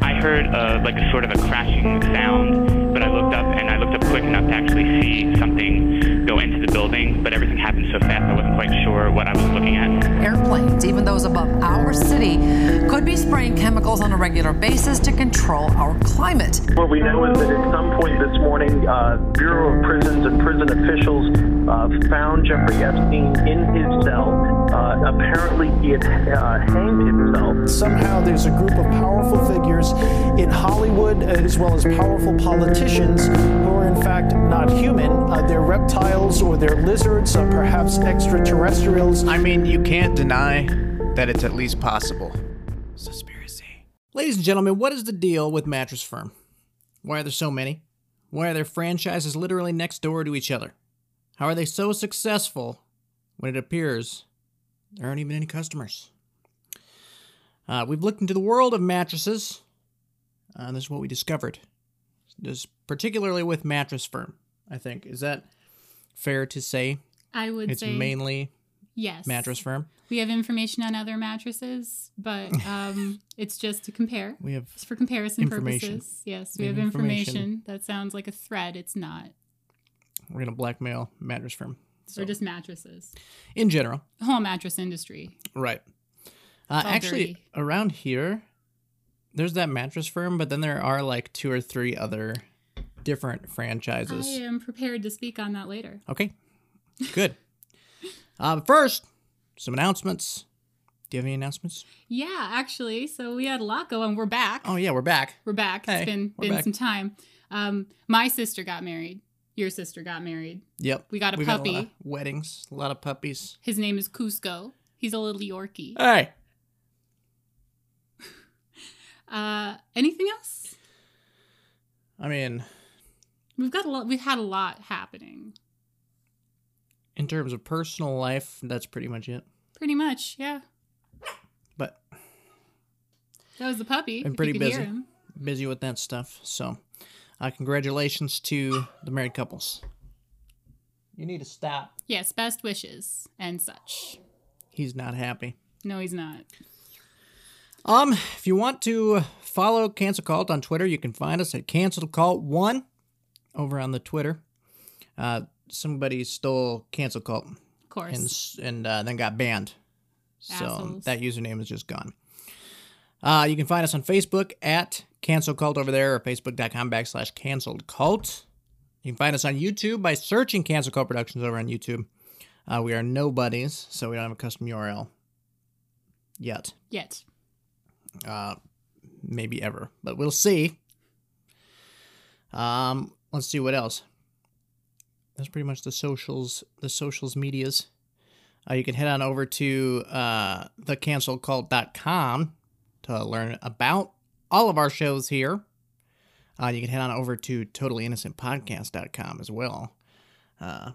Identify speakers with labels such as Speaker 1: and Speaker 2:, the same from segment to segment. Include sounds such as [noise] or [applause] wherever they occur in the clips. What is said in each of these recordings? Speaker 1: heard uh, like a sort of a crashing sound, but I looked up and I looked up quick enough to actually see something go into the building, but everything happened so fast I wasn't quite sure what I was looking at.
Speaker 2: Airplanes, even those above our city, could be spraying chemicals on a regular basis to control our climate.
Speaker 3: What we know is that at some point this morning, uh, Bureau of Prisons and prison officials uh, found Jeffrey Epstein in his cell. Uh, apparently, he had uh, hanged himself.
Speaker 4: Somehow, there's a group of powerful figures in Hollywood, as well as powerful politicians, who are in fact not human. Uh, they're reptiles or they're lizards, or perhaps extraterrestrials.
Speaker 5: I mean, you can't deny that it's at least possible. Suspiracy.
Speaker 6: Ladies and gentlemen, what is the deal with Mattress Firm? Why are there so many? Why are their franchises literally next door to each other? How are they so successful when it appears there aren't even any customers? Uh, we've looked into the world of mattresses, uh, and this is what we discovered. This, particularly with Mattress Firm, I think. Is that fair to say?
Speaker 7: I would
Speaker 6: It's
Speaker 7: say
Speaker 6: mainly
Speaker 7: yes.
Speaker 6: Mattress Firm.
Speaker 7: We have information on other mattresses,
Speaker 6: [laughs]
Speaker 7: but um, it's just to compare.
Speaker 6: We have
Speaker 7: It's for comparison
Speaker 6: Information.
Speaker 7: purposes. Yes, we
Speaker 6: We
Speaker 7: have
Speaker 6: have
Speaker 7: information.
Speaker 6: information.
Speaker 7: That sounds like a thread. It's not.
Speaker 6: we're gonna blackmail Mattress Firm
Speaker 7: They're just mattresses.
Speaker 6: in general.
Speaker 7: The whole mattress industry.
Speaker 6: Right. Uh,
Speaker 7: all
Speaker 6: actually,
Speaker 7: dirty.
Speaker 6: around here, there's that mattress firm, but then there are like two or three other different franchises.
Speaker 7: I uh, am prepared to speak on that later.
Speaker 6: Okay, good. [laughs] uh, but first, some announcements. Do you have any announcements?
Speaker 7: Yeah, actually, so we had Laco and we're back.
Speaker 6: Oh yeah, we're back.
Speaker 7: We're back.
Speaker 6: Hey,
Speaker 7: it's been
Speaker 6: we're
Speaker 7: been
Speaker 6: back.
Speaker 7: some time. Um, my sister got married. Your sister got married.
Speaker 6: Yep,
Speaker 7: We got a
Speaker 6: We've
Speaker 7: puppy.
Speaker 6: lot of weddings, a lot of puppies.
Speaker 7: His name is Cusco. He's a little Yorkie.
Speaker 6: Hey,
Speaker 7: Uh, anything else?
Speaker 6: I mean,
Speaker 7: We've got a lot. We've had a lot happening.
Speaker 6: in terms of personal life, that's pretty much it.
Speaker 7: Pretty much, yeah.
Speaker 6: But
Speaker 7: That was the puppy. if
Speaker 6: Been
Speaker 7: you
Speaker 6: pretty
Speaker 7: could hear
Speaker 6: busy.
Speaker 7: him.
Speaker 6: busy with that stuff. So, uh, congratulations to the married couples. You need to stop.
Speaker 7: Yes, best wishes and such.
Speaker 6: He's not happy.
Speaker 7: No, he's not.
Speaker 6: Um, if you want to follow Cancel Cult on Twitter, you can find us at Cancel Cult One over on the Twitter. Uh, somebody stole Cancel Cult
Speaker 7: Of course.
Speaker 6: and s- and uh, then got banned, so
Speaker 7: Assholes.
Speaker 6: that username is just gone. Uh, you can find us on Facebook at Cancel Cult over there, or facebook.com backslash Canceled Cult. You can find us on YouTube by searching Cancel Cult Productions over on YouTube. Uh, we are nobodies, so we don't have a custom URL yet
Speaker 7: Yet.
Speaker 6: uh, maybe ever, but we'll see. Um, let's see what else. That's pretty much the socials, the socials medias. Uh, you can head on over to uh, thecancelcult.com to learn about all of our shows here. Uh, you can head on over to totallyinnocentpodcast.com as well. Uh,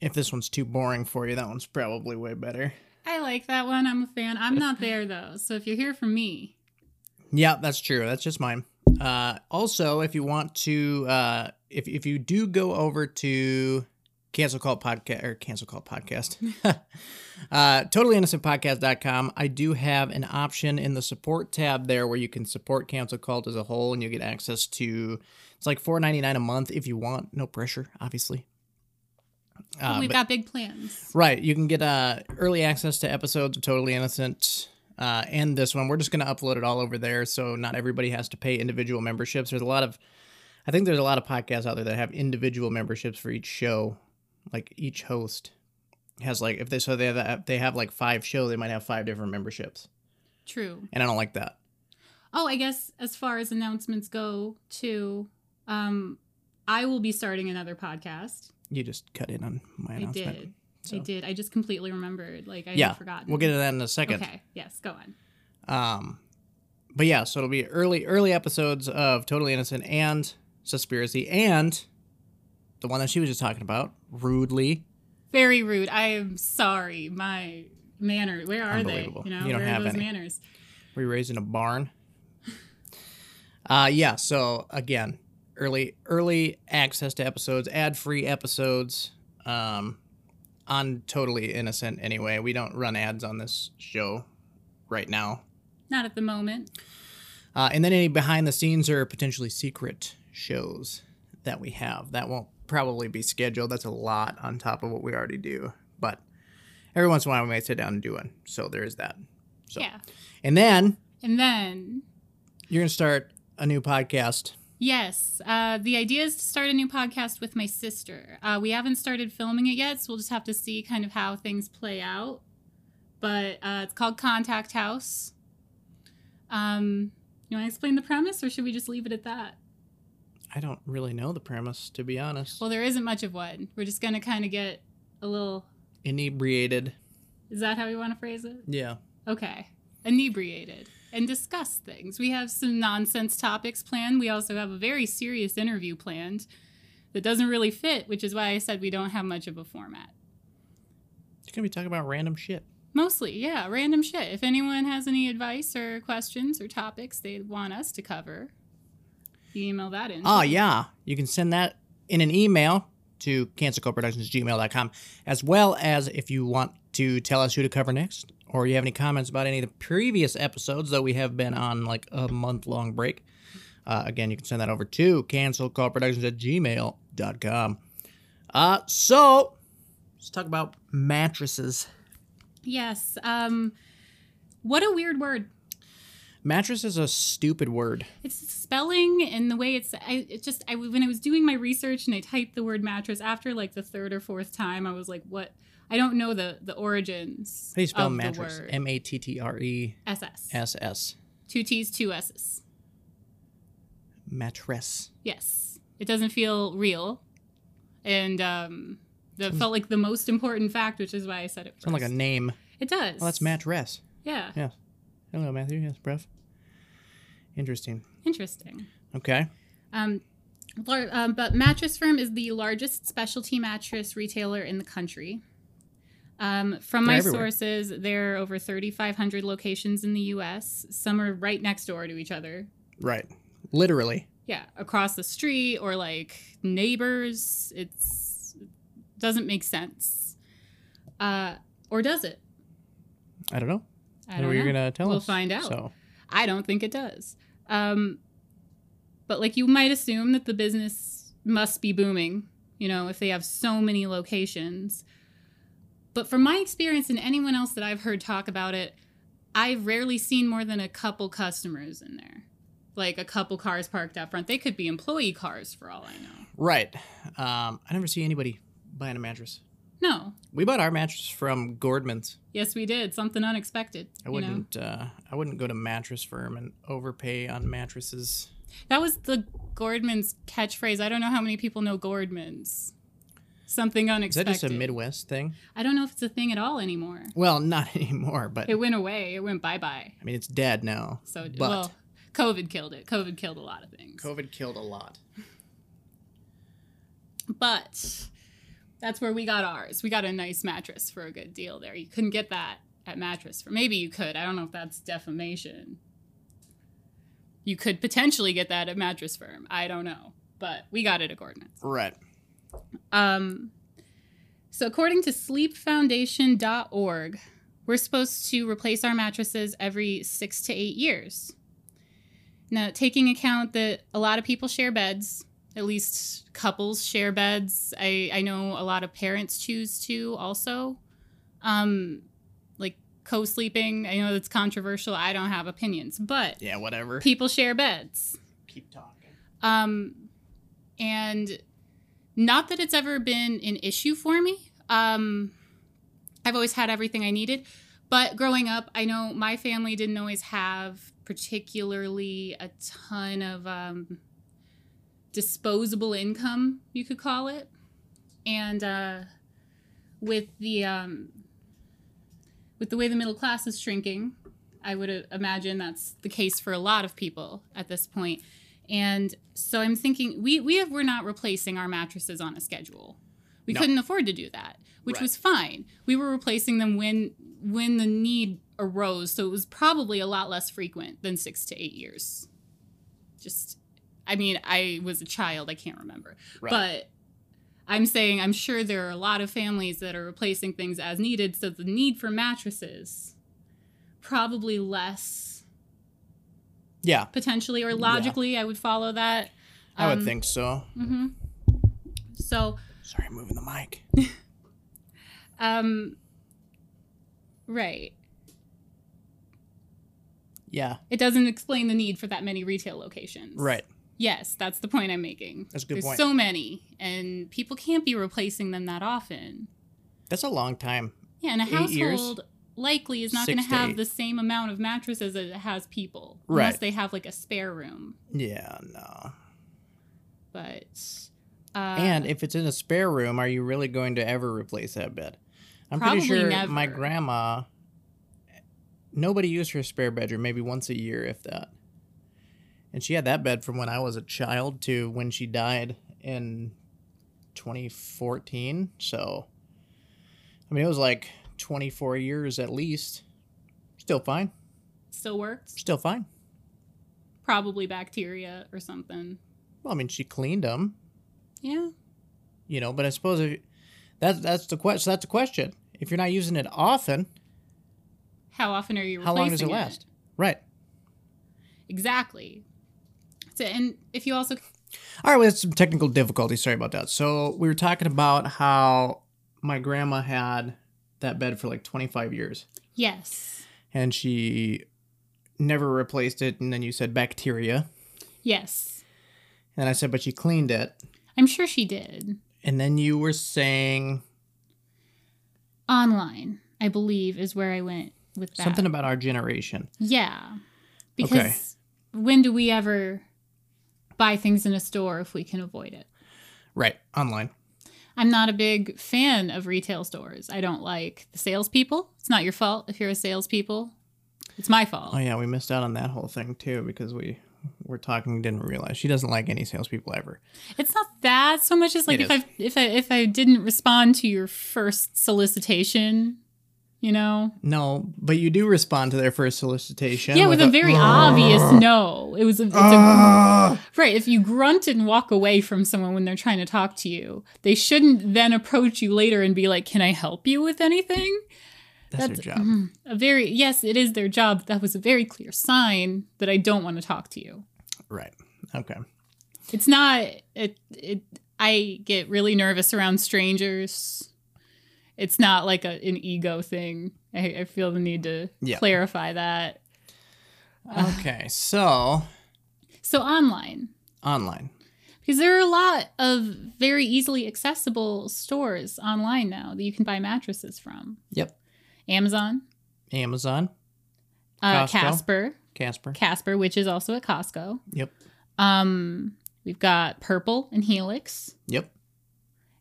Speaker 6: if this one's too boring for you, that one's probably way better.
Speaker 7: I like that one. I'm a fan. I'm not there though. So if you hear from me,
Speaker 6: Yeah, that's true. That's just mine. Uh, also, if you want to, uh, if if you do go over to Cancel Call Podcast or Cancel Call Podcast, [laughs] uh, totallyinnocentpodcast.com, I do have an option in the support tab there where you can support Cancel Cult as a whole, and you get access to it's like four ninety nine a month if you want. No pressure, obviously. Uh,
Speaker 7: we've
Speaker 6: but-
Speaker 7: got big plans.
Speaker 6: Right. You can get uh, early access to episodes of Totally Innocent uh, and this one. We're just going to upload it all over there, so not everybody has to pay individual memberships. There's a lot of, I think there's a lot of podcasts out there that have individual memberships for each show, like each host has like if they so they have they have like five show they might have five different memberships
Speaker 7: True.
Speaker 6: and I don't like that.
Speaker 7: Oh, I guess as far as announcements go, too, um, I will be starting another podcast.
Speaker 6: You just cut in on my
Speaker 7: I
Speaker 6: announcement.
Speaker 7: did. I
Speaker 6: So-
Speaker 7: did. I just completely remembered. Like I
Speaker 6: yeah,
Speaker 7: had forgotten.
Speaker 6: we'll get to that in a second.
Speaker 7: Okay. Yes. Go on.
Speaker 6: Um, but yeah, so it'll be early early episodes of Totally Innocent and Suspiracy and the one that she was just talking about, rudely.
Speaker 7: Very rude. I am sorry. My manner. Where are they?
Speaker 6: Unbelievable.
Speaker 7: You know,
Speaker 6: You don't
Speaker 7: where
Speaker 6: have
Speaker 7: are those
Speaker 6: any.
Speaker 7: manners?
Speaker 6: We were raised in a barn. Uh, yeah. So again, early early access to episodes, ad free episodes. Um, on Totally Innocent. Anyway, we don't run ads on this show right now.
Speaker 7: Not at the moment.
Speaker 6: Uh, and then any behind the scenes or potentially secret shows that we have. That won't probably be scheduled. That's a lot on top of what we already do. But every once in a while, we may sit down and do one. So there is that. So.
Speaker 7: Yeah.
Speaker 6: And then
Speaker 7: And then
Speaker 6: you're going to start a new podcast.
Speaker 7: Yes. Uh, the idea is to start a new podcast with my sister. Uh, we haven't started filming it yet, so we'll just have to see kind of how things play out. But uh, it's called Contact House. Um, you want to explain the premise, or should we just leave it at that?
Speaker 6: I don't really know the premise, to be honest.
Speaker 7: Well, there isn't much of one. We're just going to kind of get a little.
Speaker 6: Inebriated.
Speaker 7: Is that how we want to phrase it?
Speaker 6: Yeah.
Speaker 7: Okay. Inebriated and discuss things. We have some nonsense topics planned. We also have a very serious interview planned that doesn't really fit, which is why I said we don't have much of a format.
Speaker 6: It's going to be talking about random shit.
Speaker 7: Mostly, yeah, random shit. If anyone has any advice or questions or topics they want us to cover, you email that in.
Speaker 6: Ah, yeah. You can send that in an email to cancelcoproductionsgmail.com, as well as if you want to tell us who to cover next, or you have any comments about any of the previous episodes, though we have been on like a month long break. Uh, again, you can send that over to cancelcoproductions at gmail.com. Uh, so, let's talk about mattresses.
Speaker 7: Yes. Um, what a weird word.
Speaker 6: Mattress is a stupid word.
Speaker 7: It's the spelling and the way it's. I it just I when I was doing my research and I typed the word mattress after like the third or fourth time, I was like, what? I don't know the the origins.
Speaker 6: How do you spell
Speaker 7: of the
Speaker 6: mattress?
Speaker 7: word.
Speaker 6: M A T T R E
Speaker 7: SS.
Speaker 6: S S.
Speaker 7: Two T's, two S's.
Speaker 6: Mattress.
Speaker 7: Yes. It doesn't feel real. And um, that felt like the most important fact, which is why I said it first.
Speaker 6: Sound like a name.
Speaker 7: It does.
Speaker 6: Well, that's mattress.
Speaker 7: Yeah.
Speaker 6: Yeah. Hello, Matthew. Yes, Brev. Interesting.
Speaker 7: Interesting.
Speaker 6: Okay.
Speaker 7: Um, lar- um, but Mattress Firm is the largest specialty mattress retailer in the country. Um, from
Speaker 6: They're
Speaker 7: my
Speaker 6: everywhere.
Speaker 7: sources, there are over 3,500 locations in the U.S. Some are right next door to each other.
Speaker 6: Right. Literally.
Speaker 7: Yeah, across the street or like neighbors. It's doesn't make sense. Uh, or does it?
Speaker 6: I don't know.
Speaker 7: I don't
Speaker 6: you're
Speaker 7: know.
Speaker 6: gonna tell
Speaker 7: We'll
Speaker 6: us.
Speaker 7: find out.
Speaker 6: So
Speaker 7: I don't think it does. Um, but like you might assume that the business must be booming, you know, if they have so many locations. But from my experience and anyone else that I've heard talk about it, I've rarely seen more than a couple customers in there. Like a couple cars parked out front. They could be employee cars for all I know.
Speaker 6: right. Um, I never see anybody buying a mattress.
Speaker 7: No.
Speaker 6: We bought our mattress from Gordman's.
Speaker 7: Yes, we did. Something unexpected.
Speaker 6: I
Speaker 7: you know?
Speaker 6: wouldn't. Uh, I wouldn't go to Mattress Firm and overpay on mattresses.
Speaker 7: That was the Gordman's catchphrase. I don't know how many people know Gordman's. Something
Speaker 6: Is
Speaker 7: unexpected.
Speaker 6: that just a Midwest thing?
Speaker 7: I don't know if it's a thing at all anymore.
Speaker 6: Well, not [laughs] anymore. But
Speaker 7: It went away. It went bye bye.
Speaker 6: I mean, it's dead now.
Speaker 7: So
Speaker 6: but
Speaker 7: well, COVID killed it. COVID killed a lot of things.
Speaker 6: COVID killed a lot.
Speaker 7: But that's where we got ours. We got a nice mattress for a good deal there. You couldn't get that at mattress for maybe you could. I don't know if that's defamation. You could potentially get that at mattress firm. I don't know. But we got it at Gordman's.
Speaker 6: Right.
Speaker 7: Um, so, according to sleepfoundation.org, we're supposed to replace our mattresses every six to eight years. Now, taking account that a lot of people share beds, at least couples share beds. I, I know a lot of parents choose to also. Um, like co sleeping, I know that's controversial. I don't have opinions, but
Speaker 6: Yeah. Whatever.
Speaker 7: people share beds.
Speaker 6: Keep talking.
Speaker 7: Um, and not that it's ever been an issue for me. Um, I've always had everything I needed. But growing up, I know my family didn't always have particularly a ton of um, disposable income, you could call it. And uh, with the um, with the way the middle class is shrinking, I would uh, imagine that's the case for a lot of people at this point. And so I'm thinking we we have, we're not replacing our mattresses on a schedule. We
Speaker 6: No.
Speaker 7: couldn't afford to do that, which
Speaker 6: Right.
Speaker 7: was fine. We were replacing them when when the need arose, so it was probably a lot less frequent than 6 to 8 years. Just I mean, I was a child, I can't remember.
Speaker 6: Right.
Speaker 7: But I'm saying I'm sure there are a lot of families that are replacing things as needed, so the need for mattresses probably less
Speaker 6: Yeah,
Speaker 7: potentially or logically i would follow that Mm-hmm.
Speaker 6: I
Speaker 7: Um,
Speaker 6: would think so.
Speaker 7: so
Speaker 6: Sorry, moving the mic.
Speaker 7: um right
Speaker 6: Yeah,
Speaker 7: it doesn't explain the need for that many retail locations
Speaker 6: right.
Speaker 7: yes that's the point i'm making
Speaker 6: That's a good
Speaker 7: there's
Speaker 6: point.
Speaker 7: so many and people can't be replacing them that often
Speaker 6: That's a long time.
Speaker 7: yeah and a
Speaker 6: Eight years?
Speaker 7: household likely is not
Speaker 6: Six
Speaker 7: going to
Speaker 6: to
Speaker 7: have
Speaker 6: eight.
Speaker 7: the same amount of mattresses as it has people unless
Speaker 6: Right.
Speaker 7: they have like a spare room
Speaker 6: Yeah,
Speaker 7: Uh,
Speaker 6: no.
Speaker 7: but uh,
Speaker 6: And if it's in a spare room, are you really going to ever replace that bed? I'm pretty
Speaker 7: Probably
Speaker 6: sure
Speaker 7: never.
Speaker 6: my grandma. Nobody used her spare bedroom, maybe once a year, if that. And she had that bed from when I was a child to when she died in 2014. So, I mean, it was like 24 years at least. Still fine.
Speaker 7: still works
Speaker 6: Still fine.
Speaker 7: probably bacteria or something
Speaker 6: Well, I mean, she cleaned them.
Speaker 7: yeah
Speaker 6: you know but i suppose if that's that's the question that's the question if you're not using it often
Speaker 7: how often are you
Speaker 6: how
Speaker 7: replacing
Speaker 6: long does it last right
Speaker 7: Exactly. So, and if you also
Speaker 6: all right we had some technical difficulties sorry about that so we were talking about how my grandma had that bed for like 25 years
Speaker 7: yes,
Speaker 6: and she never replaced it and then you said bacteria
Speaker 7: yes,
Speaker 6: and i said but she cleaned it
Speaker 7: I'm sure she did
Speaker 6: and then you were saying
Speaker 7: online. I believe is where I went with that.
Speaker 6: something about our generation
Speaker 7: yeah, because when do we ever buy things in a store if we can avoid it?
Speaker 6: right online
Speaker 7: I'm not a big fan of retail stores. I don't like the salespeople. It's not your fault if you're a salespeople. It's my fault.
Speaker 6: Oh yeah, we missed out on that whole thing too because we were talking and didn't realize she doesn't like any salespeople ever.
Speaker 7: It's not that so much as like
Speaker 6: It
Speaker 7: if
Speaker 6: is.
Speaker 7: I if I if I didn't respond to your first solicitation, you know.
Speaker 6: No, but you do respond to their first solicitation.
Speaker 7: yeah, with a Ah. very [laughs] obvious no. It was a, it's a right. If you grunt and walk away from someone when they're trying to talk to you, they shouldn't then approach you later and be like, "Can I help you with anything?"
Speaker 6: that's,
Speaker 7: that's- mm-hmm.
Speaker 6: their job.
Speaker 7: A very yes, it is their job. That was a very clear sign that I don't want to talk to you.
Speaker 6: Right. Okay.
Speaker 7: It's not it it I get really nervous around strangers. It's not like a an ego thing. I, I feel the need to
Speaker 6: Yeah.
Speaker 7: clarify that. Uh.
Speaker 6: Okay. So
Speaker 7: So online.
Speaker 6: online.
Speaker 7: Because there are a lot of very easily accessible stores online now that you can buy mattresses from.
Speaker 6: Yep.
Speaker 7: Amazon,
Speaker 6: Amazon.
Speaker 7: uh,
Speaker 6: Costco.
Speaker 7: Casper,
Speaker 6: Casper.
Speaker 7: Casper, which is also at Costco.
Speaker 6: Yep.
Speaker 7: Um, we've got Purple and Helix,
Speaker 6: Yep.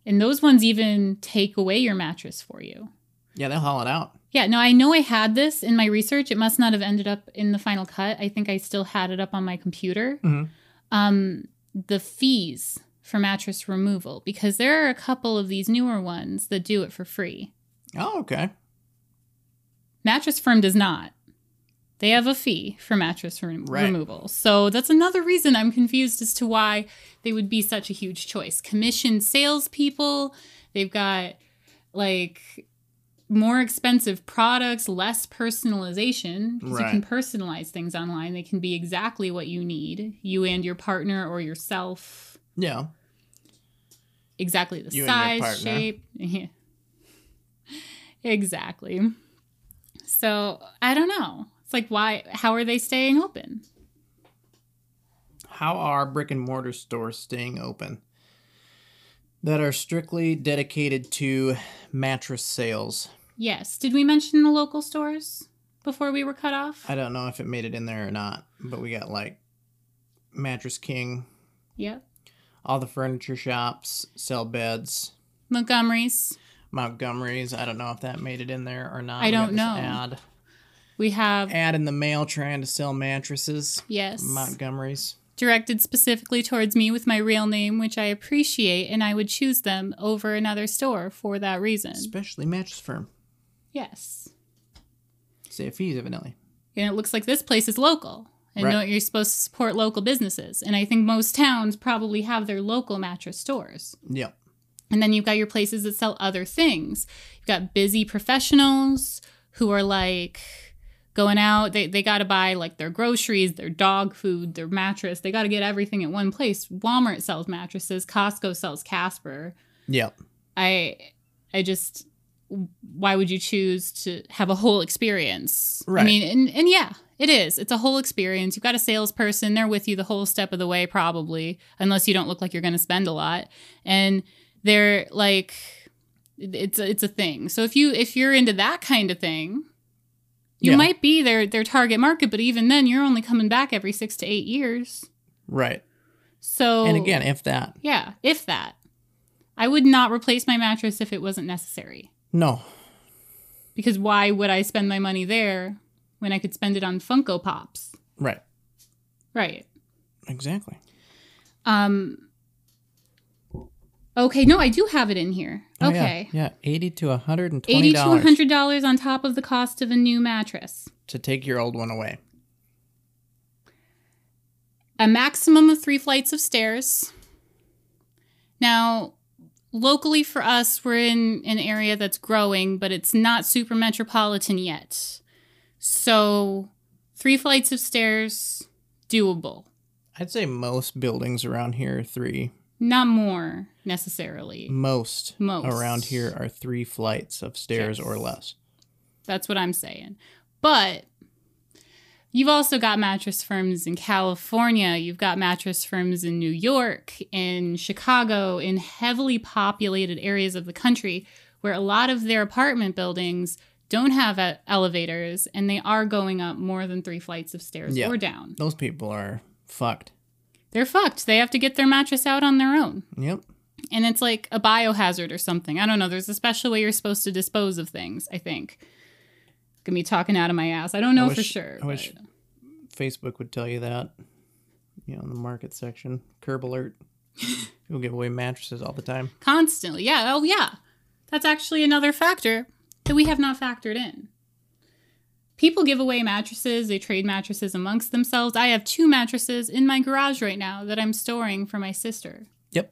Speaker 7: and those ones even take away your mattress for you.
Speaker 6: Yeah, they'll haul it out.
Speaker 7: Yeah, no, I know I had this in my research. It must not have ended up in the final cut. I think I still had it up on my computer.
Speaker 6: Mhm.
Speaker 7: Um, the fees for mattress removal, because there are a couple of these newer ones that do it for free.
Speaker 6: Oh, okay.
Speaker 7: Mattress Firm does not. They have a fee for mattress re-
Speaker 6: Right.
Speaker 7: removal. So that's another reason I'm confused as to why they would be such a huge choice. Commissioned salespeople, they've got like more expensive products, less personalization. Because you can
Speaker 6: Right.
Speaker 7: personalize things online. They can be exactly what you need, you and your partner or yourself,
Speaker 6: Yeah.
Speaker 7: exactly the
Speaker 6: You and your
Speaker 7: size,
Speaker 6: partner.
Speaker 7: shape. [laughs] Yeah. exactly. So I don't know. It's like why? How are they staying open?
Speaker 6: How are brick and mortar stores staying open that are strictly dedicated to mattress sales?
Speaker 7: Yes. Did we mention the local stores before we were cut off?
Speaker 6: I don't know if it made it in there or not, but we got like Mattress King,
Speaker 7: yep.
Speaker 6: all the furniture shops sell beds,
Speaker 7: Montgomery's.
Speaker 6: Montgomery's. I don't know if that made it in there or not.
Speaker 7: I
Speaker 6: We got
Speaker 7: don't
Speaker 6: this
Speaker 7: know.
Speaker 6: Ad,
Speaker 7: We have
Speaker 6: ad in the mail trying to sell mattresses.
Speaker 7: yes.
Speaker 6: Montgomery's.
Speaker 7: directed specifically towards me with my real name, which I appreciate, and I would choose them over another store for that reason.
Speaker 6: Especially Mattress Firm.
Speaker 7: yes.
Speaker 6: Say fees, evidently.
Speaker 7: and it looks like this place is local. And
Speaker 6: Right.
Speaker 7: know you're supposed to support local businesses. And I think most towns probably have their local mattress stores.
Speaker 6: Yep.
Speaker 7: And then you've got your places that sell other things. You've got busy professionals who are like going out. They, they got to buy like their groceries, their dog food, their mattress. They got to get everything at one place. Walmart sells mattresses, Costco sells Casper.
Speaker 6: Yep.
Speaker 7: I I just why would you choose to have a whole experience?
Speaker 6: Right.
Speaker 7: I mean, and, and yeah, it is. It's a whole experience. You've got a salesperson, they're with you the whole step of the way, probably, unless you don't look like you're gonna spend a lot. And they're like it's a, it's a thing. So if you if you're into that kind of thing, you
Speaker 6: Yeah.
Speaker 7: might be their their target market, but even then you're only coming back every six to eight years.
Speaker 6: Right.
Speaker 7: So
Speaker 6: And again, if that.
Speaker 7: yeah, if that. I would not replace my mattress if it wasn't necessary.
Speaker 6: No.
Speaker 7: Because why would I spend my money there when I could spend it on Funko Pops?
Speaker 6: Right.
Speaker 7: Right.
Speaker 6: Exactly.
Speaker 7: Um Okay, no, I do have it in here.
Speaker 6: Oh, yeah.
Speaker 7: okay.
Speaker 6: Yeah. Eighty to one hundred and twenty
Speaker 7: Eighty to one
Speaker 6: dollars
Speaker 7: hundred dollars on top of the cost of a new mattress.
Speaker 6: to take your old one away.
Speaker 7: A maximum of three flights of stairs. Now, locally for us, we're in an area that's growing, but it's not super metropolitan yet. So, three flights of stairs, doable.
Speaker 6: I'd say most buildings around here are three.
Speaker 7: Not more necessarily.
Speaker 6: Most,
Speaker 7: Most.
Speaker 6: around here are three flights of stairs or
Speaker 7: Yes.
Speaker 6: less.
Speaker 7: That's what I'm saying. But you've also got mattress firms in California. You've got mattress firms in New York, in Chicago, in heavily populated areas of the country where a lot of their apartment buildings don't have uh, elevators and they are going up more than three flights of stairs
Speaker 6: Yeah.
Speaker 7: or down.
Speaker 6: Those people are fucked.
Speaker 7: They're fucked. They have to get their mattress out on their own.
Speaker 6: Yep.
Speaker 7: and it's like a biohazard or something. I don't know. There's a special way you're supposed to dispose of things. I think. Gonna be talking out of my ass. I don't know
Speaker 6: wish-
Speaker 7: for sure.
Speaker 6: I wish-
Speaker 7: but-
Speaker 6: Facebook would tell you that. You know, in the market section, curb
Speaker 7: [laughs]
Speaker 6: alert. People give away mattresses all the time.
Speaker 7: constantly. Yeah. Oh, yeah. That's actually another factor that we have not factored in. People give away mattresses, they trade mattresses amongst themselves. I have two mattresses in my garage right now that I'm storing for my sister.
Speaker 6: Yep.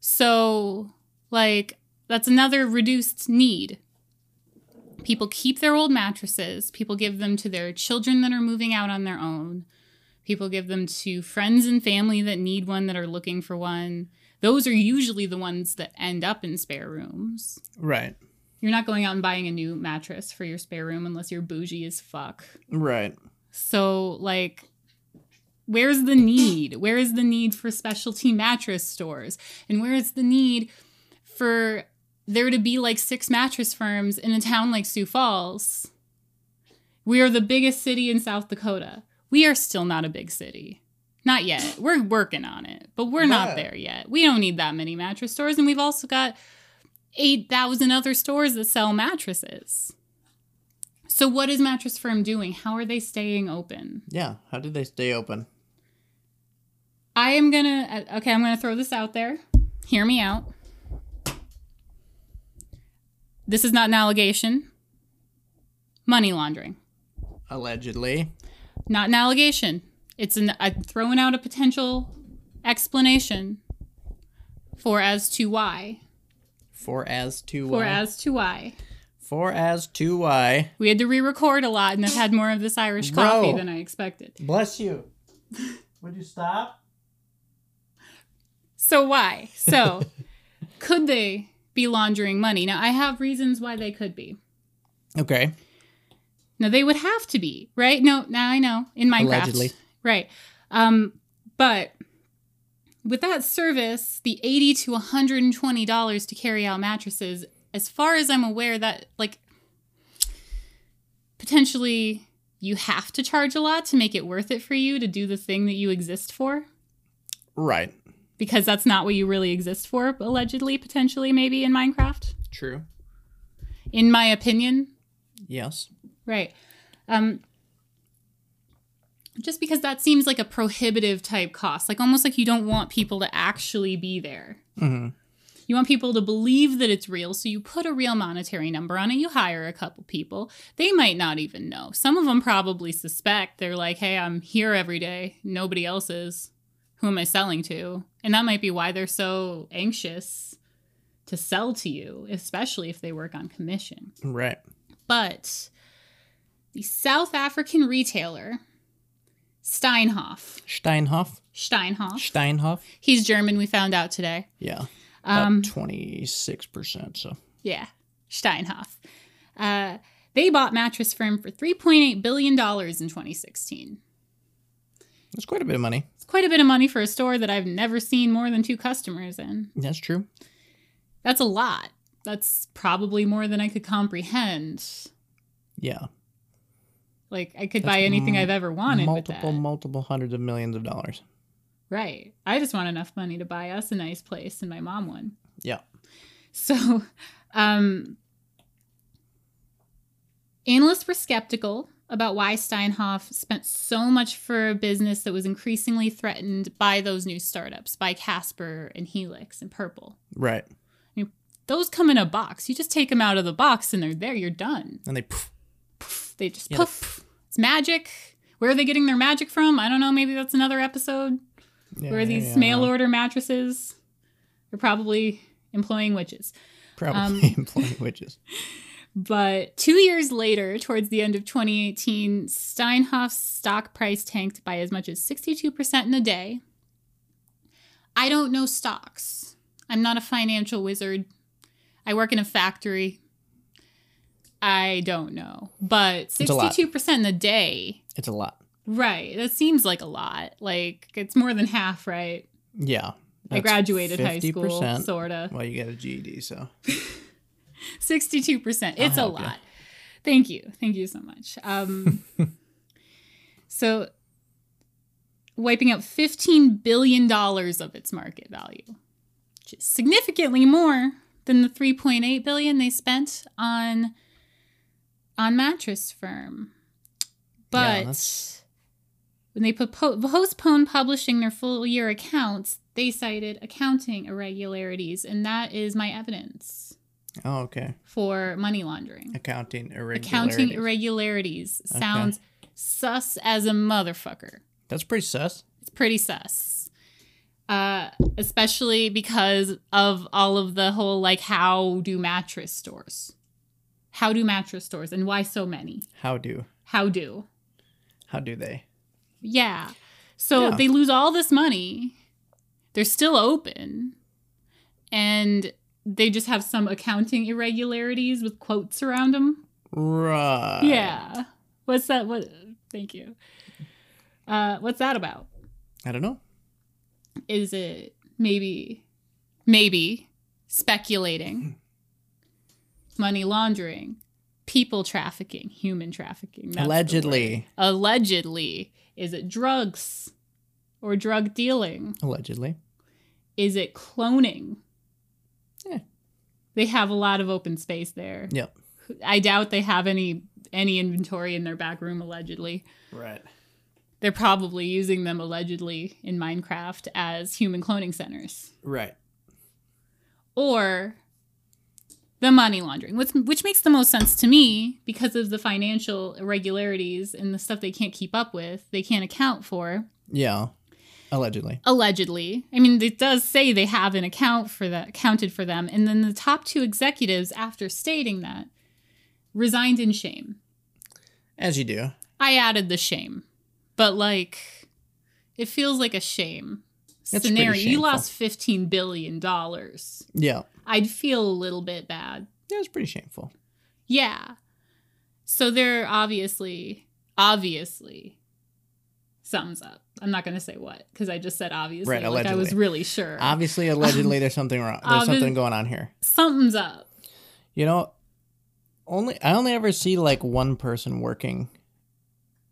Speaker 7: So, like, that's another reduced need. People keep their old mattresses, people give them to their children that are moving out on their own. People give them to friends and family that need one that are looking for one. Those are usually the ones that end up in spare rooms.
Speaker 6: Right.
Speaker 7: You're not going out and buying a new mattress for your spare room unless you're bougie as fuck.
Speaker 6: Right.
Speaker 7: So, like, where's the need? Where is the need for specialty mattress stores? And where is the need for there to be like six mattress firms in a town like Sioux Falls? We are the biggest city in South Dakota. We are still not a big city. Not yet. We're working on it, but we're
Speaker 6: Yeah.
Speaker 7: not there yet. We don't need that many mattress stores. And we've also got 8,000 other stores that sell mattresses. So, what is Mattress Firm doing? How are they staying open?
Speaker 6: Yeah. How did they stay open?
Speaker 7: I am gonna, uh, okay, I'm gonna throw this out there. Hear me out. This is not an allegation. Money laundering.
Speaker 6: Allegedly.
Speaker 7: Not an allegation. It's an, I'm throwing out a potential explanation for as to why.
Speaker 6: For as to
Speaker 7: For
Speaker 6: why.
Speaker 7: as to why.
Speaker 6: for as to why.
Speaker 7: We had to re record a lot and I've had more of this Irish
Speaker 6: Bro.
Speaker 7: coffee than I expected.
Speaker 6: Bless you.
Speaker 7: [laughs]
Speaker 6: Would you stop?
Speaker 7: So why? So could they be laundering money? Now I have reasons why they could be.
Speaker 6: Okay.
Speaker 7: Now they would have to be, right? No, now I know in Minecraft.
Speaker 6: Allegedly.
Speaker 7: Right. Um, but with that service, the 80 to 120 dollars to carry out mattresses, as far as I'm aware that like potentially you have to charge a lot to make it worth it for you to do the thing that you exist for.
Speaker 6: Right.
Speaker 7: because that's not what you really exist for, allegedly, potentially, maybe in Minecraft,
Speaker 6: True.
Speaker 7: in my opinion.
Speaker 6: Yes.
Speaker 7: Right. Um, just because that seems like a prohibitive type cost, like almost like you don't want people to actually be there.
Speaker 6: Mm-hmm.
Speaker 7: You want people to believe that it's real, so you put a real monetary number on it. You hire a couple people. They might not even know. Some of them probably suspect. They're like, hey, I'm here every day. Nobody else is. Who am I selling to? And that might be why they're so anxious to sell to you, especially if they work on commission.
Speaker 6: Right.
Speaker 7: But the South African retailer Steinhoff.
Speaker 6: Steinhoff.
Speaker 7: Steinhoff.
Speaker 6: Steinhoff.
Speaker 7: He's German, we found out today.
Speaker 6: Yeah. Oh.
Speaker 7: Um,
Speaker 6: Twenty six percent. So
Speaker 7: Yeah, Steinhoff. Uh, they bought Mattress Firm for $3.8 billion in 2016.
Speaker 6: that's quite a bit of money.
Speaker 7: It's quite a bit of money for a store that I've never seen more than two customers in.
Speaker 6: That's true.
Speaker 7: That's a lot. That's probably more than I could comprehend.
Speaker 6: Yeah.
Speaker 7: Like, I could buy anything I've ever wanted. with
Speaker 6: multiple,
Speaker 7: that.
Speaker 6: multiple hundreds of millions of dollars.
Speaker 7: Right. I just want enough money to buy us a nice place and my mom one.
Speaker 6: Yeah.
Speaker 7: So, um, analysts were skeptical about why Steinhoff spent so much for a business that was increasingly threatened by those new startups, by Casper and Helix and Purple.
Speaker 6: Right.
Speaker 7: Those come in a box. You just take them out of the box and they're there. You're done.
Speaker 6: And they.
Speaker 7: They just
Speaker 6: Yeah, they
Speaker 7: poof. It's magic. Where are they getting their magic from? I don't know. Maybe that's another episode.
Speaker 6: Yeah,
Speaker 7: Where are these
Speaker 6: yeah,
Speaker 7: mail order mattresses? They're probably employing witches.
Speaker 6: [laughs]
Speaker 7: um,
Speaker 6: Probably employing witches.
Speaker 7: But two years later, towards the end of 2018, Steinhoff's stock price tanked by as much as 62% in a day. I don't know stocks. I'm not a financial wizard. I work in a factory. I don't know. But
Speaker 6: a lot.
Speaker 7: 62% in a day.
Speaker 6: It's a lot.
Speaker 7: Right. That seems like a lot. Like it's more than half, right?
Speaker 6: Yeah.
Speaker 7: I
Speaker 6: That's
Speaker 7: graduated high school,
Speaker 6: 50%.
Speaker 7: sort of.
Speaker 6: Well, you got a GED, so
Speaker 7: 62%. It's a
Speaker 6: help
Speaker 7: lot.
Speaker 6: you.
Speaker 7: Thank you. Thank you so much. Um, so, wiping out $15 billion of its market value, which is significantly more than the $3.8 billion they spent on on mattress firm. But
Speaker 6: that's-
Speaker 7: when they propo- postponed publishing their full year accounts, they cited accounting irregularities, and that is my evidence
Speaker 6: oh, okay.
Speaker 7: for money laundering.
Speaker 6: Accounting irregularities.
Speaker 7: Accounting irregularities sounds sus as a motherfucker.
Speaker 6: That's pretty sus.
Speaker 7: It's pretty sus. Uh, especially because of all of the whole like how do mattress stores? How do mattress stores and why so many?
Speaker 6: How do
Speaker 7: How do?
Speaker 6: how do they?
Speaker 7: Yeah. So
Speaker 6: Yeah.
Speaker 7: they lose all this money. They're still open. And they just have some accounting irregularities with quotes around them.
Speaker 6: Right.
Speaker 7: Yeah. What's that? What? Thank you. Uh, what's that about?
Speaker 6: I don't know.
Speaker 7: Is it maybe, maybe speculating, money laundering, people trafficking, human trafficking? that's the
Speaker 6: Allegedly.
Speaker 7: word. Allegedly. Is it drugs or drug dealing?
Speaker 6: Allegedly.
Speaker 7: Is it cloning?
Speaker 6: Yeah.
Speaker 7: They have a lot of open space there.
Speaker 6: Yep.
Speaker 7: I doubt they have any any inventory in their back room allegedly.
Speaker 6: Right.
Speaker 7: they're probably using them allegedly in Minecraft as human cloning centers
Speaker 6: Right.
Speaker 7: or the money laundering, which, which makes the most sense to me because of the financial irregularities and the stuff they can't keep up with, they can't account for.
Speaker 6: Yeah. Allegedly.
Speaker 7: Allegedly, I mean, it does say they have an account for that, accounted for them, and then the top two executives, after stating that, resigned in shame.
Speaker 6: As you do.
Speaker 7: I added the shame, but like, it feels like a shame
Speaker 6: That's
Speaker 7: scenario.
Speaker 6: pretty
Speaker 7: You lost fifteen billion dollars.
Speaker 6: Yeah.
Speaker 7: I'd feel a little bit bad.
Speaker 6: Yeah, it's pretty shameful.
Speaker 7: Yeah. So they're obviously, obviously, sums up. I'm not gonna say what because I just said obviously.
Speaker 6: Right,
Speaker 7: like I was
Speaker 6: allegedly.
Speaker 7: really sure.
Speaker 6: Obviously, allegedly, there's something wrong. There's
Speaker 7: Obvi-
Speaker 6: something going on here.
Speaker 7: Something's up.
Speaker 6: You know, only I only ever see like one person working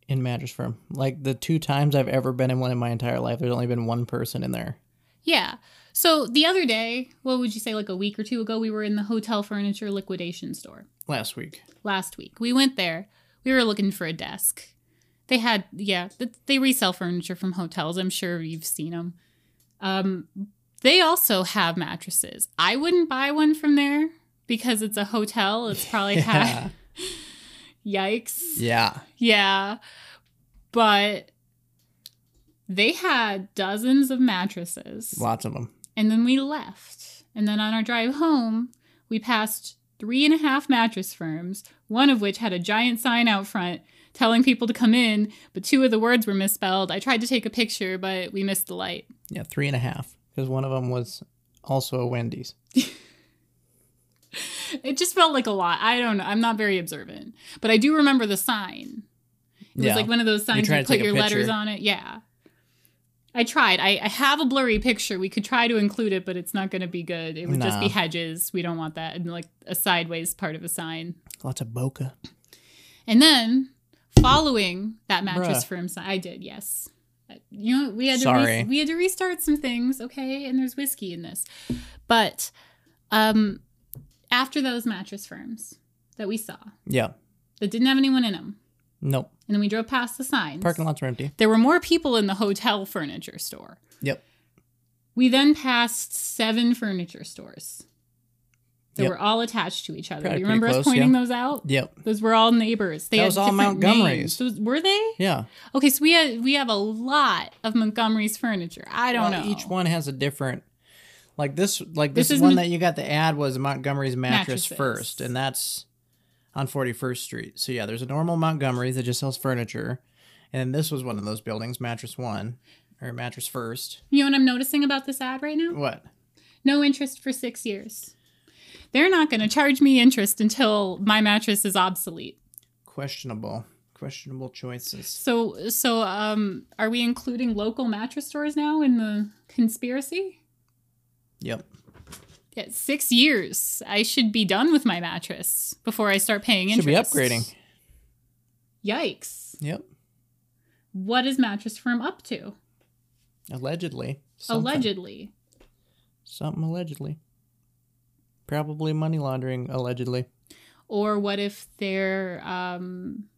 Speaker 6: in mattress firm. Like the two times I've ever been in one in my entire life, there's only been one person in there.
Speaker 7: Yeah. So the other day, what would you say, like a week or two ago, we were in the hotel furniture liquidation store.
Speaker 6: Last week.
Speaker 7: last week. We went there. We were looking for a desk. They had, yeah, th- they resell furniture from hotels. I'm sure you've seen them. Um, they also have mattresses. I wouldn't buy one from there because it's a hotel. It's probably had [laughs] yikes.
Speaker 6: Yeah.
Speaker 7: Yeah. But they had dozens of mattresses.
Speaker 6: Lots of them.
Speaker 7: And then we left. And then on our drive home, we passed three and a half mattress firms, one of which had a giant sign out front telling people to come in, but two of the words were misspelled. I tried to take a picture, but we missed the light.
Speaker 6: Yeah, three and a half because one of them was also a Wendy's.
Speaker 7: It just felt like a lot. I don't know. I'm not very observant, but I do remember the sign. It
Speaker 6: yeah,
Speaker 7: was like one of those signs you
Speaker 6: trying to
Speaker 7: put
Speaker 6: take a
Speaker 7: your letters
Speaker 6: picture.
Speaker 7: on it. Yeah. I tried. I, I have a blurry picture. We could try to include it, but it's not going to be good. It would just be
Speaker 6: Nah.
Speaker 7: hedges. We don't want that. And like a sideways part of a sign.
Speaker 6: lots of bokeh.
Speaker 7: And then following that mattress
Speaker 6: Bruh.
Speaker 7: firm sign, I did, yes. You know, we had to
Speaker 6: Sorry.
Speaker 7: re- we had to restart some things, okay? And there's whiskey in this. But um after those mattress firms that we saw
Speaker 6: Yeah,
Speaker 7: that didn't have anyone in them,
Speaker 6: nope.
Speaker 7: and then we drove past the signs.
Speaker 6: Parking lots are empty.
Speaker 7: There were more people in the hotel furniture store.
Speaker 6: Yep.
Speaker 7: We then passed seven furniture stores that
Speaker 6: Yep.
Speaker 7: were all attached to each other.
Speaker 6: Probably
Speaker 7: you remember
Speaker 6: pretty
Speaker 7: us
Speaker 6: close,
Speaker 7: pointing
Speaker 6: yeah.
Speaker 7: those out?
Speaker 6: Yep.
Speaker 7: Those were all neighbors. They
Speaker 6: That
Speaker 7: had
Speaker 6: was all
Speaker 7: different
Speaker 6: Montgomerys.
Speaker 7: names. Those, were they?
Speaker 6: Yeah.
Speaker 7: Okay, so we had we have a lot of Montgomery's furniture. I don't
Speaker 6: Well,
Speaker 7: know.
Speaker 6: Each one has a different. Like this, like
Speaker 7: This
Speaker 6: this,
Speaker 7: is
Speaker 6: one
Speaker 7: ma-
Speaker 6: that you got the ad was Montgomery's mattress
Speaker 7: Mattresses.
Speaker 6: first, and that's on Forty First Street. So yeah, there's a normal Montgomery's that just sells furniture, and this was one of those buildings, Mattress One or Mattress First.
Speaker 7: You know what I'm noticing about this ad right now?
Speaker 6: What?
Speaker 7: No interest for six years. They're not going to charge me interest until my mattress is obsolete.
Speaker 6: Questionable, questionable choices.
Speaker 7: So, so um, are we including local mattress stores now in the conspiracy?
Speaker 6: Yep.
Speaker 7: Yeah, six years. I should be done with my mattress before I start paying
Speaker 6: Should be
Speaker 7: interest.
Speaker 6: upgrading.
Speaker 7: Yikes!
Speaker 6: Yep.
Speaker 7: What is mattress firm up to?
Speaker 6: Allegedly. Something.
Speaker 7: Allegedly.
Speaker 6: Something allegedly. Probably money laundering allegedly.
Speaker 7: or what if they're um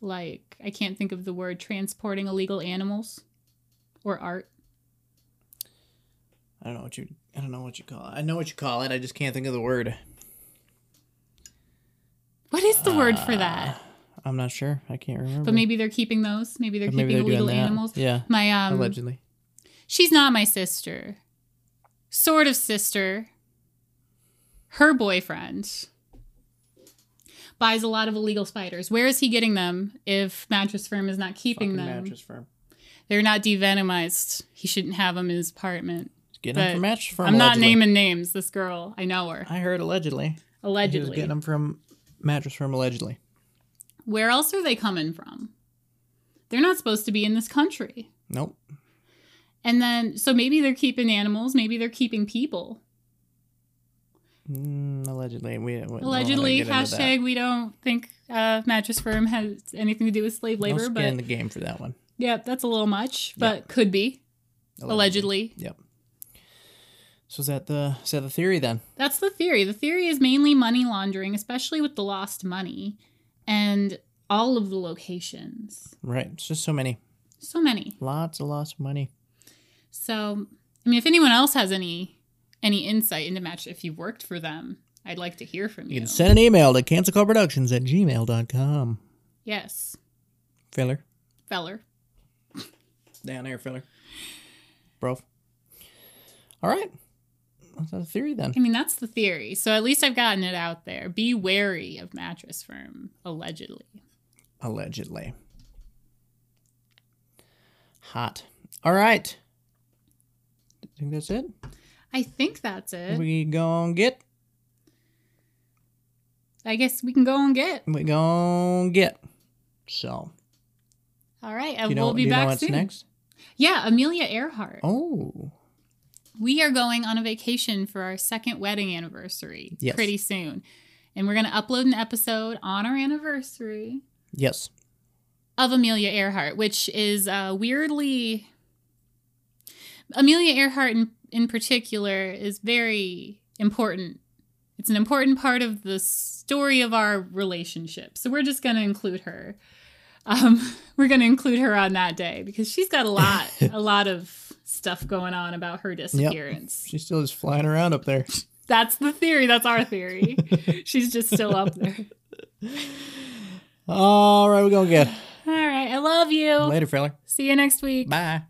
Speaker 7: like i can't think of the word transporting illegal animals or art
Speaker 6: I don't know what you. I don't know what you call it. I know what you call it. I just can't think of the word.
Speaker 7: what is the word for that
Speaker 6: I'm not sure. I can't remember.
Speaker 7: Uh, but maybe they're keeping those maybe they're
Speaker 6: Or
Speaker 7: keeping
Speaker 6: maybe they're
Speaker 7: illegal
Speaker 6: doing that.
Speaker 7: animals
Speaker 6: Yeah.
Speaker 7: my um
Speaker 6: allegedly.
Speaker 7: she's not my sister sort of sister her boyfriend buys a lot of illegal spiders where is he getting them if mattress firm is not keeping
Speaker 6: Fucking
Speaker 7: them
Speaker 6: mattress firm.
Speaker 7: they're not devenomized he shouldn't have them in his apartment
Speaker 6: Just Getting them
Speaker 7: But
Speaker 6: from mattress firm.
Speaker 7: I'm not
Speaker 6: allegedly.
Speaker 7: naming names. This girl, I know her.
Speaker 6: I heard allegedly. He was
Speaker 7: Allegedly.
Speaker 6: getting them from mattress firm allegedly.
Speaker 7: Where else are they coming from? They're not supposed to be in this country.
Speaker 6: Nope.
Speaker 7: And then, so maybe they're keeping animals. Maybe they're keeping people.
Speaker 6: Mm, allegedly. We, we don't wanna
Speaker 7: Allegedly,
Speaker 6: get into that.
Speaker 7: hashtag. We don't think uh, mattress firm has anything to do with slave
Speaker 6: No
Speaker 7: labor,
Speaker 6: skin in
Speaker 7: but
Speaker 6: the game for that one.
Speaker 7: yeah, that's a little much,
Speaker 6: Yeah.
Speaker 7: but could be allegedly.
Speaker 6: Yep. So is that the is that the theory then?
Speaker 7: That's the theory. The theory is mainly money laundering, especially with the lost money and all of the locations.
Speaker 6: Right. It's just so many.
Speaker 7: So many.
Speaker 6: Lots and lots of money.
Speaker 7: So, I mean, if anyone else has any any insight into match, if you've worked for them, I'd like to hear from
Speaker 6: You
Speaker 7: you.
Speaker 6: can send an email to cancelcallproductions at gmail.com.
Speaker 7: yes,
Speaker 6: Filler.
Speaker 7: feller.
Speaker 6: Down there, filler. Bro. All right. That's the theory then.
Speaker 7: I mean, that's the theory. So at least I've gotten it out there. Be wary of mattress firm, allegedly.
Speaker 6: Allegedly. Hot. All right. I think that's it.
Speaker 7: I think that's it.
Speaker 6: We gon' get.
Speaker 7: I guess we can go and get.
Speaker 6: We gon' get. So,
Speaker 7: All right, and
Speaker 6: you know,
Speaker 7: we'll be
Speaker 6: you know
Speaker 7: back
Speaker 6: what's
Speaker 7: soon.
Speaker 6: next?
Speaker 7: Yeah, Amelia Earhart.
Speaker 6: Oh,
Speaker 7: We are going on a vacation for our second wedding anniversary
Speaker 6: Yes.
Speaker 7: pretty soon, and we're going to upload an episode on our anniversary.
Speaker 6: yes.
Speaker 7: of Amelia Earhart, which is uh, weirdly. Amelia Earhart in, in particular is very important. It's an important part of the story of our relationship. So we're just going to include her. Um, [laughs] we're going to include her on that day because she's got a lot, a lot of stuff going on about her disappearance.
Speaker 6: She's still just flying around up there.
Speaker 7: That's the theory. That's our theory. she's just still up there.
Speaker 6: All right, we gon' get.
Speaker 7: All right. I love you.
Speaker 6: Later, filler.
Speaker 7: See you next week.
Speaker 6: Bye.